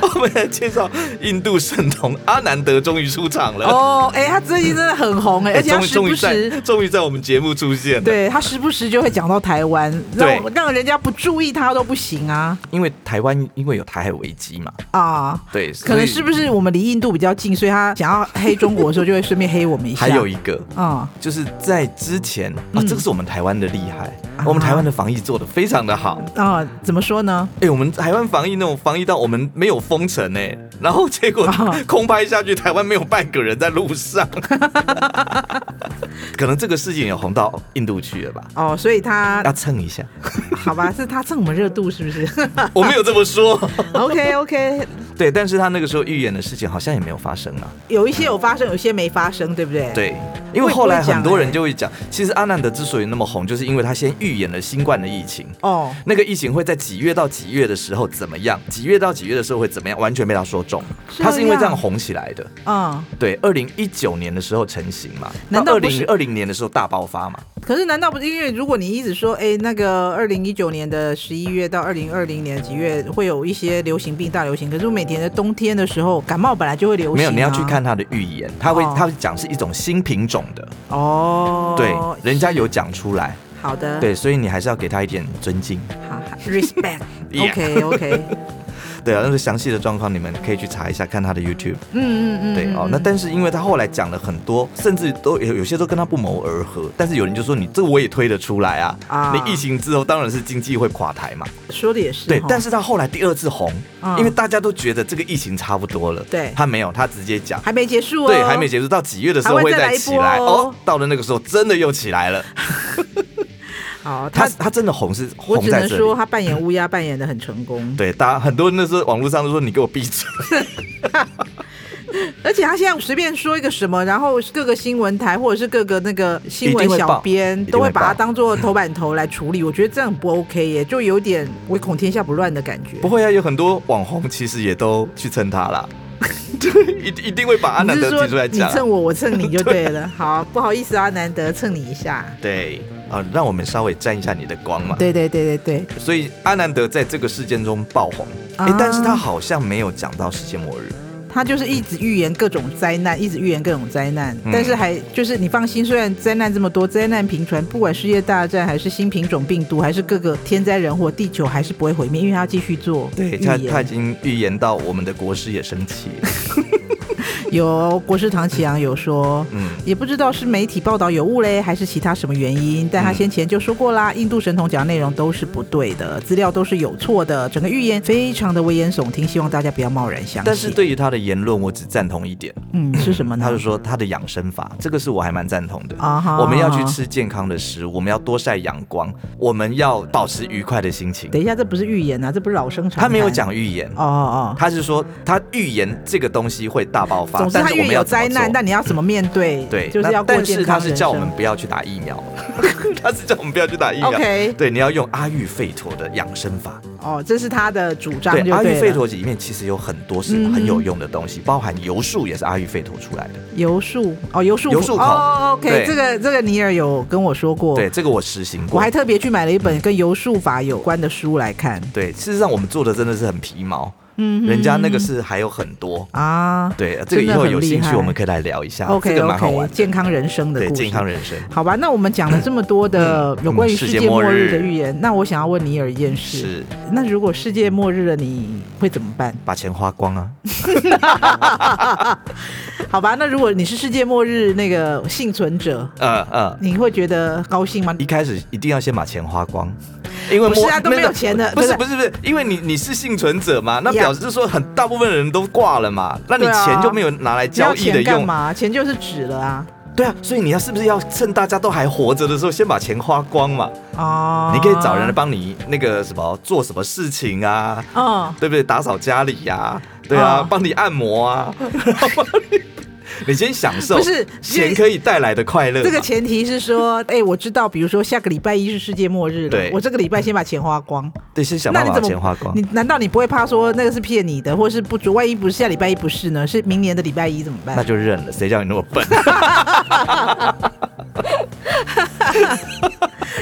[SPEAKER 1] 我们来介绍印度神童阿南德终于出场了，
[SPEAKER 2] 哦，哎、他最近真的很红哎、
[SPEAKER 1] 哎
[SPEAKER 2] 而且他
[SPEAKER 1] 终于终
[SPEAKER 2] 时不
[SPEAKER 1] 于
[SPEAKER 2] 时
[SPEAKER 1] 在终于在我们节目出现了。，
[SPEAKER 2] 对他时不时就会讲到台湾，
[SPEAKER 1] 对
[SPEAKER 2] 让让人家不注意他都不行啊
[SPEAKER 1] 因为台湾因为有台海危机嘛，
[SPEAKER 2] 啊！
[SPEAKER 1] 对，
[SPEAKER 2] 可能
[SPEAKER 1] 所以
[SPEAKER 2] 是不是我们离印度比较近，所以他想要黑中国的时候，就会顺便黑我们一下。
[SPEAKER 1] 还有一个。
[SPEAKER 2] 啊、
[SPEAKER 1] 就是在之前啊，
[SPEAKER 2] 嗯
[SPEAKER 1] 这个是我们台湾的厉害，
[SPEAKER 2] 啊
[SPEAKER 1] 我们台湾的防疫做的非常的好。
[SPEAKER 2] 嗯、啊、怎么说呢？
[SPEAKER 1] 哎、我们台湾防疫那种防疫到我们没有封城哎、然后结果
[SPEAKER 2] 啊
[SPEAKER 1] 空拍下去，台湾没有半个人在路上。 可能这个事情也红到印度去了吧？
[SPEAKER 2] 哦，所以他
[SPEAKER 1] 要蹭一下，
[SPEAKER 2] 好吧，是他蹭我们热度是不是
[SPEAKER 1] 我没有这么说。
[SPEAKER 2] ？OK OK，
[SPEAKER 1] 对，但是他那个时候预言的事情好像也没有发生啊。
[SPEAKER 2] 有一些有发生，有一些没发生，对不对？
[SPEAKER 1] 对，因
[SPEAKER 2] 我
[SPEAKER 1] 为
[SPEAKER 2] 也
[SPEAKER 1] 后来
[SPEAKER 2] 不会讲
[SPEAKER 1] 很多
[SPEAKER 2] 欸
[SPEAKER 1] 人就会讲，其实阿南德之所以那么红，就是因为他先预言了新冠的疫情。
[SPEAKER 2] 哦
[SPEAKER 1] 那个疫情会在几月到几月的时候怎么样？几月到几月的时候会怎么样？完全被他说中，
[SPEAKER 2] 这
[SPEAKER 1] 他是因为这样
[SPEAKER 2] 样
[SPEAKER 1] 红起来的。
[SPEAKER 2] 啊、
[SPEAKER 1] 对，二零一九年的时候成型嘛，
[SPEAKER 2] 难
[SPEAKER 1] 到
[SPEAKER 2] 道
[SPEAKER 1] 二
[SPEAKER 2] 不是
[SPEAKER 1] 零二零年的时候大爆发嘛？
[SPEAKER 2] 可是难道不是因为如果你一直说，哎，那个二零一九年的十一月到二零二零年的几月会有一些流行病大流行，可是每年的冬天的时候，感冒本来就会流行、啊。
[SPEAKER 1] 没有，你要去看他的预言，他会
[SPEAKER 2] 哦
[SPEAKER 1] 他会讲是一种新品种的，
[SPEAKER 2] 哦。嗯
[SPEAKER 1] 对，人家有讲出来，
[SPEAKER 2] 好的，
[SPEAKER 1] 对，所以你还是要给他一点尊敬。
[SPEAKER 2] 好好，respect 。
[SPEAKER 1] Yeah
[SPEAKER 2] OK OK，
[SPEAKER 1] 对啊，那个详细的状况你们可以去查一下，看他的 YouTube。
[SPEAKER 2] 嗯嗯嗯，
[SPEAKER 1] 对
[SPEAKER 2] 嗯
[SPEAKER 1] 哦，那但是因为他后来讲了很多，甚至都有有些都跟他不谋而合，但是有人就说你这我也推得出来啊，
[SPEAKER 2] 啊
[SPEAKER 1] 你疫情之后当然是经济会垮台嘛，
[SPEAKER 2] 说的也是哈，哦
[SPEAKER 1] 对，但是他后来第二次红，
[SPEAKER 2] 嗯
[SPEAKER 1] 因为大家都觉得这个疫情差不多了，
[SPEAKER 2] 对
[SPEAKER 1] 他没有，他直接讲。
[SPEAKER 2] 还没结束哦，
[SPEAKER 1] 对，还没结束，到几月的时候
[SPEAKER 2] 还会
[SPEAKER 1] 会
[SPEAKER 2] 再来一
[SPEAKER 1] 起来
[SPEAKER 2] 波哦
[SPEAKER 1] 哦。到了那个时候，真的又起来 了。
[SPEAKER 2] 好，
[SPEAKER 1] 他
[SPEAKER 2] 他
[SPEAKER 1] 他真的红是
[SPEAKER 2] 我
[SPEAKER 1] 红
[SPEAKER 2] 只
[SPEAKER 1] 在
[SPEAKER 2] 能
[SPEAKER 1] 这里
[SPEAKER 2] 说。他扮演乌鸦扮演的很成功，
[SPEAKER 1] 对，大家很多人那时候网络上都说你给我闭嘴。
[SPEAKER 2] 而且他现在随便说一个什么，然后各个新闻台或者是各个那个新
[SPEAKER 1] 一
[SPEAKER 2] 闻
[SPEAKER 1] 定会报
[SPEAKER 2] 小编
[SPEAKER 1] 一定会
[SPEAKER 2] 都会把它
[SPEAKER 1] 报
[SPEAKER 2] 当做头版头来处理，我觉得这样不 OK 耶，就有点唯恐天下不乱的感觉
[SPEAKER 1] 不。会啊，有很多网红其实也都去蹭他啦。 对，一定一定会把阿南
[SPEAKER 2] 你是
[SPEAKER 1] 德
[SPEAKER 2] 说
[SPEAKER 1] 提出来
[SPEAKER 2] 你
[SPEAKER 1] 讲啊。
[SPEAKER 2] 蹭我，我蹭你就对了。好，不好意思啊，难得蹭你 一下。
[SPEAKER 1] 对啊，让我们稍微沾一下你的光嘛。
[SPEAKER 2] 对对对对
[SPEAKER 1] 所以阿南德在这个事件中爆红，哎、
[SPEAKER 2] 啊
[SPEAKER 1] 但是他好像没有讲到世界末日。
[SPEAKER 2] 对，他就是一直预言各种灾难，一直预言各种灾难，
[SPEAKER 1] 嗯
[SPEAKER 2] 但是还就是你放心，虽然灾难这么多，灾难频传，不管世界大战还是新品种病毒，还是各个天灾人祸，地球还是不会毁灭，因为他要继续做
[SPEAKER 1] 对
[SPEAKER 2] 预
[SPEAKER 1] 他，他已
[SPEAKER 2] 言。
[SPEAKER 1] 经预言到我们的国师也生 气了。
[SPEAKER 2] 有国师唐启阳有说，
[SPEAKER 1] 嗯，
[SPEAKER 2] 也不知道是媒体报道有误嘞，还是其他什么原因，但他先前就说过
[SPEAKER 1] 嗯
[SPEAKER 2] 啦，印度神童讲的内容都是不对的，资料都是有错的，整个预言非常的危言耸听，希望大家不要贸然相信。
[SPEAKER 1] 但是，对于他的言论，我只赞同一点，
[SPEAKER 2] 嗯，是什么呢？
[SPEAKER 1] 他就说他的养生法，这个是我还蛮赞同的。
[SPEAKER 2] 啊哈
[SPEAKER 1] 我们要去。吃健康的食物，我们要多晒阳光，我们要保持愉快的心情。
[SPEAKER 2] 等一下，这不是预言啊，这不是老生常谈。
[SPEAKER 1] 他没有讲预言，
[SPEAKER 2] 哦哦
[SPEAKER 1] 他是说他预言这个东西会大爆
[SPEAKER 2] 哦，
[SPEAKER 1] 发，
[SPEAKER 2] 总之
[SPEAKER 1] 但
[SPEAKER 2] 他
[SPEAKER 1] 是我
[SPEAKER 2] 预
[SPEAKER 1] 们
[SPEAKER 2] 言有
[SPEAKER 1] 要怎么
[SPEAKER 2] 灾
[SPEAKER 1] 做
[SPEAKER 2] 难，但你要怎么面对？
[SPEAKER 1] 对，
[SPEAKER 2] 就是
[SPEAKER 1] 那
[SPEAKER 2] 要过
[SPEAKER 1] 但是
[SPEAKER 2] 健
[SPEAKER 1] 他
[SPEAKER 2] 康人
[SPEAKER 1] 是
[SPEAKER 2] 生。
[SPEAKER 1] 叫我们不要去打疫苗， 他是叫我们不要去打疫苗。
[SPEAKER 2] OK
[SPEAKER 1] 对，你要用阿育吠陀的养生法。
[SPEAKER 2] 哦，这是他的主张就
[SPEAKER 1] 对，阿育
[SPEAKER 2] 对
[SPEAKER 1] 吠
[SPEAKER 2] 了。嗯
[SPEAKER 1] 陀里面其实有很多是很有用的东西，包含油术也是阿育吠陀出来的。
[SPEAKER 2] 游术哦，游术
[SPEAKER 1] 游术口
[SPEAKER 2] 哦，OK，
[SPEAKER 1] 对
[SPEAKER 2] 这个这个尼尔有跟我说过，
[SPEAKER 1] 对，这个我实行
[SPEAKER 2] 哦我
[SPEAKER 1] 过
[SPEAKER 2] 还。特别去买了一本跟游术法有关的书来看。
[SPEAKER 1] 对，事实上我们做的真的是很皮毛，
[SPEAKER 2] 嗯
[SPEAKER 1] 人家那个是还有很多。
[SPEAKER 2] 啊
[SPEAKER 1] 对，呃这个以
[SPEAKER 2] 真的
[SPEAKER 1] 后
[SPEAKER 2] 很
[SPEAKER 1] 有
[SPEAKER 2] 厉
[SPEAKER 1] 兴趣
[SPEAKER 2] 害
[SPEAKER 1] 我们可以来聊一下这
[SPEAKER 2] ，OK
[SPEAKER 1] 个蛮好玩
[SPEAKER 2] OK，
[SPEAKER 1] 的。
[SPEAKER 2] 健康人生的
[SPEAKER 1] 对
[SPEAKER 2] 故事。
[SPEAKER 1] 健康人生，
[SPEAKER 2] 好吧，那我们讲了这么多的有关于
[SPEAKER 1] 嗯
[SPEAKER 2] 世
[SPEAKER 1] 世界
[SPEAKER 2] 界末
[SPEAKER 1] 末
[SPEAKER 2] 日
[SPEAKER 1] 日
[SPEAKER 2] 的预言，那我想要问尼尔一件事：
[SPEAKER 1] 是
[SPEAKER 2] 那如果世界末日了，你会怎么办？
[SPEAKER 1] 把钱花光啊。
[SPEAKER 2] 好吧，那如果你是世界末日那个幸存者，
[SPEAKER 1] 呃呃，
[SPEAKER 2] 你会觉得高兴吗
[SPEAKER 1] 一？开始一定要先把钱花光， 因为
[SPEAKER 2] 不是
[SPEAKER 1] 摸
[SPEAKER 2] 啊都没有钱的
[SPEAKER 1] 不是
[SPEAKER 2] 对
[SPEAKER 1] 不是不是，因为你你是幸存者嘛，那
[SPEAKER 2] 呀
[SPEAKER 1] 表示说很大部分人都挂了嘛，那你
[SPEAKER 2] 对啊
[SPEAKER 1] 钱就没有拿来交
[SPEAKER 2] 要
[SPEAKER 1] 易
[SPEAKER 2] 钱
[SPEAKER 1] 的
[SPEAKER 2] 干
[SPEAKER 1] 用，
[SPEAKER 2] 嘛？钱就是纸了啊！
[SPEAKER 1] 对啊，所以你要是不是要趁大家都还活着的时候，先把钱花光嘛？
[SPEAKER 2] 哦，
[SPEAKER 1] 你可以找人来帮你那个什么做什么事情啊，
[SPEAKER 2] 哦，
[SPEAKER 1] 对不对？打扫家里呀、对啊
[SPEAKER 2] 哦，
[SPEAKER 1] 帮、你按摩啊， 然后帮你你先享受，
[SPEAKER 2] 不是
[SPEAKER 1] 钱可以带来的快乐嘛，
[SPEAKER 2] 这个前提是说，哎、我知道，比如说下个礼拜一是世界末日了
[SPEAKER 1] 对，
[SPEAKER 2] 我这个礼拜先把钱花光，
[SPEAKER 1] 对，先想
[SPEAKER 2] 那
[SPEAKER 1] 办
[SPEAKER 2] 你
[SPEAKER 1] 法把
[SPEAKER 2] 怎
[SPEAKER 1] 钱
[SPEAKER 2] 么
[SPEAKER 1] 花光
[SPEAKER 2] 你。难道你不会怕说那个是骗你的，或是不足？万一不是下礼拜一不是呢？是明年的礼拜一怎么
[SPEAKER 1] 那
[SPEAKER 2] 办？
[SPEAKER 1] 就认了，谁叫你那么笨？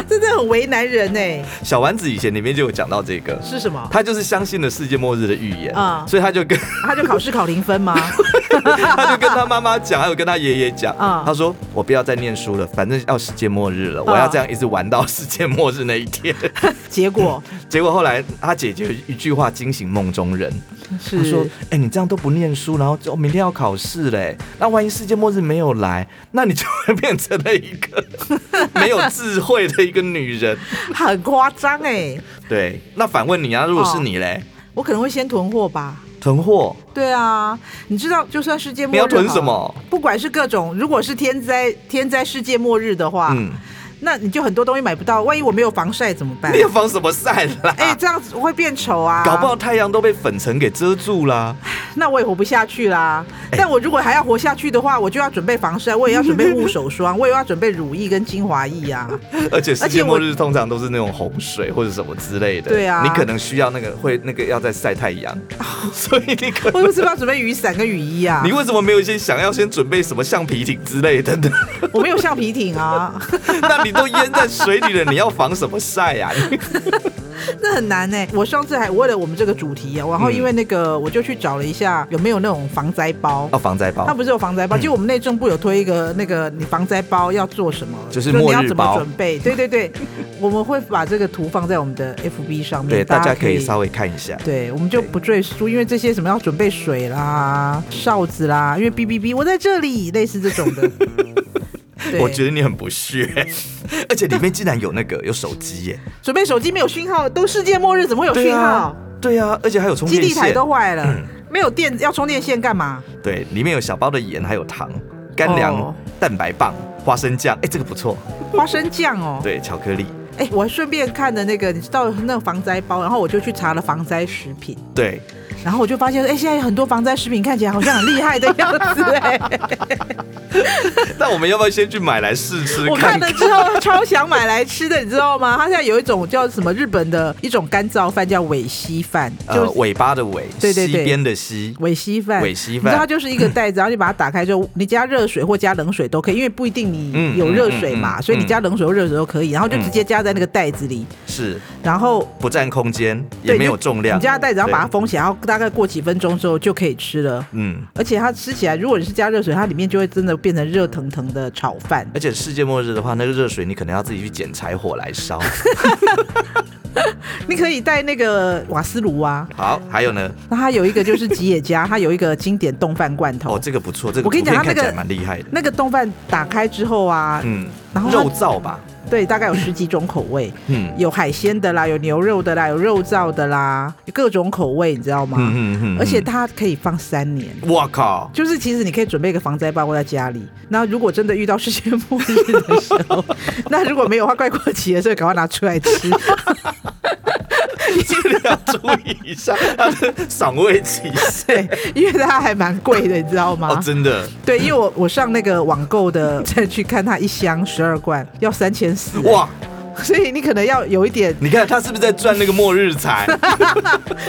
[SPEAKER 2] 真的很为难人哎、
[SPEAKER 1] 小丸子以前里面就有讲到这个，
[SPEAKER 2] 是什么？
[SPEAKER 1] 他就是相信了世界末日的预言，
[SPEAKER 2] 啊
[SPEAKER 1] 所以他就跟
[SPEAKER 2] 他就考试考零 分吗？
[SPEAKER 1] 他就跟他妈妈讲，还有跟他爷爷讲，
[SPEAKER 2] 啊
[SPEAKER 1] 他说我不要再念书了，反正要世界末日了，我要这样一直玩到世界末日那一天。
[SPEAKER 2] 结果
[SPEAKER 1] 结果后来他姐姐一句话惊醒梦中人，他说
[SPEAKER 2] 是：“
[SPEAKER 1] 哎、你这样都不念书，然后就哦明天要考试嘞，那万一世界末日没有来，那你就会变成了一个没有智慧的一个女人。
[SPEAKER 2] 很夸张哎，”
[SPEAKER 1] 对，那反问你啊，如果是你嘞，
[SPEAKER 2] 我可能会先囤货吧。
[SPEAKER 1] 囤货
[SPEAKER 2] 对啊，你知道，就算世界末日，
[SPEAKER 1] 你要囤什？么？
[SPEAKER 2] 不管是各种，如果是天灾天灾世界末日的话，
[SPEAKER 1] 嗯，
[SPEAKER 2] 那你就很多东西买不到。万一我没有防晒怎么 办
[SPEAKER 1] 你？要防什么晒啦？
[SPEAKER 2] 哎、这样子我会变丑啊！
[SPEAKER 1] 搞不好太阳都被粉尘给遮住 啦。
[SPEAKER 2] 那我也活不下去啦。
[SPEAKER 1] 哎
[SPEAKER 2] 但我如果还要活下去的话，我就要准备防晒，我也要准备护 手霜，我也要准备乳液跟精华液啊。
[SPEAKER 1] 而且世
[SPEAKER 2] 而且
[SPEAKER 1] 界
[SPEAKER 2] 我
[SPEAKER 1] 末日通常都是那种洪水或者什么之类的。
[SPEAKER 2] 对啊
[SPEAKER 1] 你可能需要那个会那个要在晒太 阳，所以你可
[SPEAKER 2] 我为什么要准备雨伞跟雨衣啊
[SPEAKER 1] 你？为什么没有先想要先准备什么橡皮艇之类的呢？
[SPEAKER 2] 我没有橡皮艇 啊，
[SPEAKER 1] 那你都淹在水里了，你要防什么晒啊 呀、你
[SPEAKER 2] 那很难呢、我上次还为了我们这个主题啊，然后因为那个
[SPEAKER 1] 嗯
[SPEAKER 2] 我就去找了一下有没有那种防灾包。
[SPEAKER 1] 要防灾
[SPEAKER 2] 它
[SPEAKER 1] 包，
[SPEAKER 2] 不是有防灾
[SPEAKER 1] 嗯
[SPEAKER 2] 包，就我们内政部有推一个那个你防灾包要做什么，
[SPEAKER 1] 就是
[SPEAKER 2] 你要
[SPEAKER 1] 末日
[SPEAKER 2] 怎么
[SPEAKER 1] 包
[SPEAKER 2] 准备。对对对，我们会把这个图放在我们的 FB 上面，
[SPEAKER 1] 对，大家可以
[SPEAKER 2] 稍。
[SPEAKER 1] 稍微看一下。
[SPEAKER 2] 对，我们就不赘述，因为这些什么要准备水啦、哨子啦，因为哔哔哔，我在这里，类似这种 的。对，
[SPEAKER 1] 我觉得你很不屑， 而且里面竟然有那个有手机耶，
[SPEAKER 2] 准备手机没有讯号，都世界末日，怎么会有
[SPEAKER 1] 对
[SPEAKER 2] 讯
[SPEAKER 1] 啊
[SPEAKER 2] 号？，
[SPEAKER 1] 对啊，而且还有充
[SPEAKER 2] 基
[SPEAKER 1] 电
[SPEAKER 2] 地台
[SPEAKER 1] 线，
[SPEAKER 2] 都坏了，
[SPEAKER 1] 嗯
[SPEAKER 2] 没有电，要充电线干嘛？
[SPEAKER 1] 对，里面有小包的盐，还有糖、干粮、
[SPEAKER 2] 哦
[SPEAKER 1] 蛋白棒、花生酱，哎，这个不错，
[SPEAKER 2] 花生酱哦。
[SPEAKER 1] 对，巧克力，
[SPEAKER 2] 哎，我还顺便看的那个，你知道那个防灾包，然后我就去查了防灾食品。
[SPEAKER 1] 对，
[SPEAKER 2] 然后我就发现，哎，现在有很多防灾食品看起来好像很厉害的样子，哎，
[SPEAKER 1] 但我们要不要先去买来试吃
[SPEAKER 2] 我
[SPEAKER 1] 看
[SPEAKER 2] 看了之后超想买来吃的，你知道吗？它现在有一种叫什么日本的一种干燥饭，叫尾稀饭，就
[SPEAKER 1] 呃，尾巴的尾，
[SPEAKER 2] 对对对
[SPEAKER 1] 西边的西，
[SPEAKER 2] 尾稀饭，
[SPEAKER 1] 尾稀
[SPEAKER 2] 你知道它
[SPEAKER 1] 饭。
[SPEAKER 2] 就是一个袋子，然后你把它打开之后，你加热水或加冷水都可以，因为不一定你
[SPEAKER 1] 嗯
[SPEAKER 2] 有
[SPEAKER 1] 嗯
[SPEAKER 2] 热
[SPEAKER 1] 嗯
[SPEAKER 2] 水嘛，
[SPEAKER 1] 嗯
[SPEAKER 2] 所以你加冷水或热水都可以，然后就
[SPEAKER 1] 嗯
[SPEAKER 2] 直接加在那个袋子里，
[SPEAKER 1] 是
[SPEAKER 2] 然后
[SPEAKER 1] 不占空间，也
[SPEAKER 2] 对
[SPEAKER 1] 没
[SPEAKER 2] 就
[SPEAKER 1] 有重量。
[SPEAKER 2] 你加袋子，然后
[SPEAKER 1] 对
[SPEAKER 2] 把它封起来，然后大概过几分钟之后就可以吃了。
[SPEAKER 1] 嗯，
[SPEAKER 2] 而且它吃起来，如果你是加热水，它里面就会真的变成热腾腾的炒饭。
[SPEAKER 1] 而且世界末日的话，那个热水你可能要自己去捡柴火来烧。
[SPEAKER 2] 你可以带那个瓦斯炉啊，
[SPEAKER 1] 好，还有呢，
[SPEAKER 2] 那它有一个就是吉野家， 它有一个经典冻饭罐头。
[SPEAKER 1] 哦，这个不错，这个
[SPEAKER 2] 我跟你
[SPEAKER 1] 图片
[SPEAKER 2] 讲它那
[SPEAKER 1] 看起来
[SPEAKER 2] 个
[SPEAKER 1] 蛮厉害的。
[SPEAKER 2] 那个冻饭打开之后啊，
[SPEAKER 1] 嗯，
[SPEAKER 2] 然后它
[SPEAKER 1] 肉燥吧，
[SPEAKER 2] 对，大概有十几种口味，
[SPEAKER 1] 嗯
[SPEAKER 2] 有海鲜的啦，有牛肉的啦，有肉燥的啦，有各种口味，你知道吗？
[SPEAKER 1] 嗯嗯嗯，
[SPEAKER 2] 而且它可以放三年。
[SPEAKER 1] 我靠，
[SPEAKER 2] 就是其实你可以准备一个防灾包裹在家里，那如果真的遇到世界末日的时 候，那如果没有的话，快过期的时候赶快拿出来吃。
[SPEAKER 1] 这个要注意一下，它的 赏味期限
[SPEAKER 2] 对，因为它还蛮贵的，你知道
[SPEAKER 1] 哦
[SPEAKER 2] 吗，？
[SPEAKER 1] 真的，
[SPEAKER 2] 对，因为我我上那个网购的再去看，它一箱十二罐要三千四，
[SPEAKER 1] 哇！
[SPEAKER 2] 所以你可能要有一点，
[SPEAKER 1] 你看他是不是在赚那个末日 财？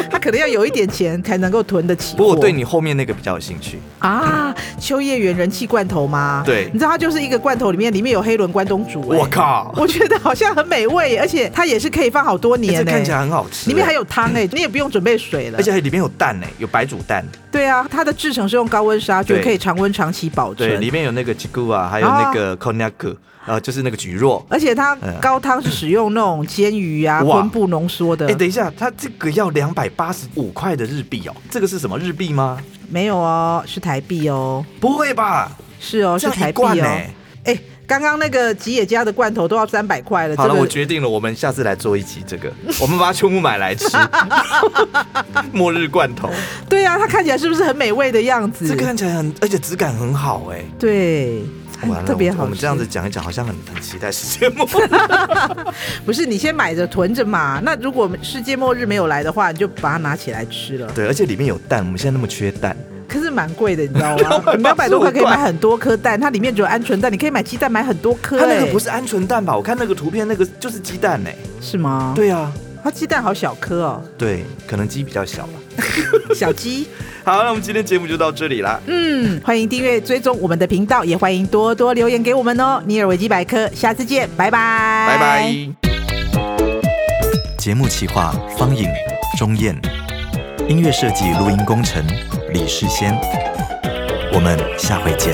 [SPEAKER 2] 它可能要有一点钱才能够囤得起货。
[SPEAKER 1] 不过我对你后面那个比较有兴趣，
[SPEAKER 2] 啊，秋叶原人气罐头吗？
[SPEAKER 1] 对
[SPEAKER 2] 你知道它就是一个罐头，里面里面有黑轮关东煮、欸
[SPEAKER 1] 我，靠，
[SPEAKER 2] 我觉得好像很美味，欸而且它也是可以放好多年、欸，
[SPEAKER 1] 哎这看起来很好吃，
[SPEAKER 2] 里面还有汤哎、你也不用准备水了。
[SPEAKER 1] 而且里面有蛋呢，有白煮蛋，
[SPEAKER 2] 对啊，它的制成是用高温杀菌，
[SPEAKER 1] 对
[SPEAKER 2] 可以常温长期保
[SPEAKER 1] 对，
[SPEAKER 2] 存
[SPEAKER 1] 里。面有那个吉古啊，还有那个 cognac，呃，就是那个蒟蒻。
[SPEAKER 2] 而且它高汤是使用那种煎鱼啊、
[SPEAKER 1] 嗯哇
[SPEAKER 2] 昆布浓缩的
[SPEAKER 1] 哎，，等一下，它这个要两百八十五块的日币哦，这个是什么日币吗？
[SPEAKER 2] 没有哦，是台币哦，
[SPEAKER 1] 不会吧？
[SPEAKER 2] 是哦，是
[SPEAKER 1] 这样
[SPEAKER 2] 台
[SPEAKER 1] 一
[SPEAKER 2] 币
[SPEAKER 1] 罐欸
[SPEAKER 2] 哦。
[SPEAKER 1] 呢？
[SPEAKER 2] 哎，刚刚那个吉野家的罐头都要三百块了，
[SPEAKER 1] 好了，
[SPEAKER 2] 这个
[SPEAKER 1] 我决定了，我们下次来做一集这 个，我们把它全部买来吃， 末日罐头，
[SPEAKER 2] 对啊，它看起来是不是很美味的样子？
[SPEAKER 1] 这个看起来很，而且质感很好哎。
[SPEAKER 2] 对，
[SPEAKER 1] 完了，
[SPEAKER 2] 哎特别好
[SPEAKER 1] 我们
[SPEAKER 2] 吃
[SPEAKER 1] 这样子讲一讲，好像很很期待世界 末日。
[SPEAKER 2] 不是你先买着囤着嘛？那如果世界末日没有来的话，你就把它拿起来吃了。
[SPEAKER 1] 对，而且里面有蛋，我们现在那么缺蛋，
[SPEAKER 2] 可是蛮贵的，你知道 吗？两百多块可以买很多颗蛋，它里面只有鹌鹑蛋，你可以买鸡蛋买很多颗、
[SPEAKER 1] 它那个
[SPEAKER 2] 哎
[SPEAKER 1] 不是鹌鹑蛋吧？我看那个图片，那个就是鸡蛋哎。
[SPEAKER 2] 是吗？，
[SPEAKER 1] 对啊，
[SPEAKER 2] 它鸡蛋好小颗 哦，
[SPEAKER 1] 对，可能鸡比较小吧。
[SPEAKER 2] 小鸡。
[SPEAKER 1] 好，那我们今天节目就到这里啦。
[SPEAKER 2] 嗯，欢迎订阅追踪我们的频道，也欢迎多多留言给我们哦。尼尔维基百科，下次见，拜拜，
[SPEAKER 1] 拜拜。。节目企划：方颖、钟燕，音乐设计、录音工程：李世先。我们下回见。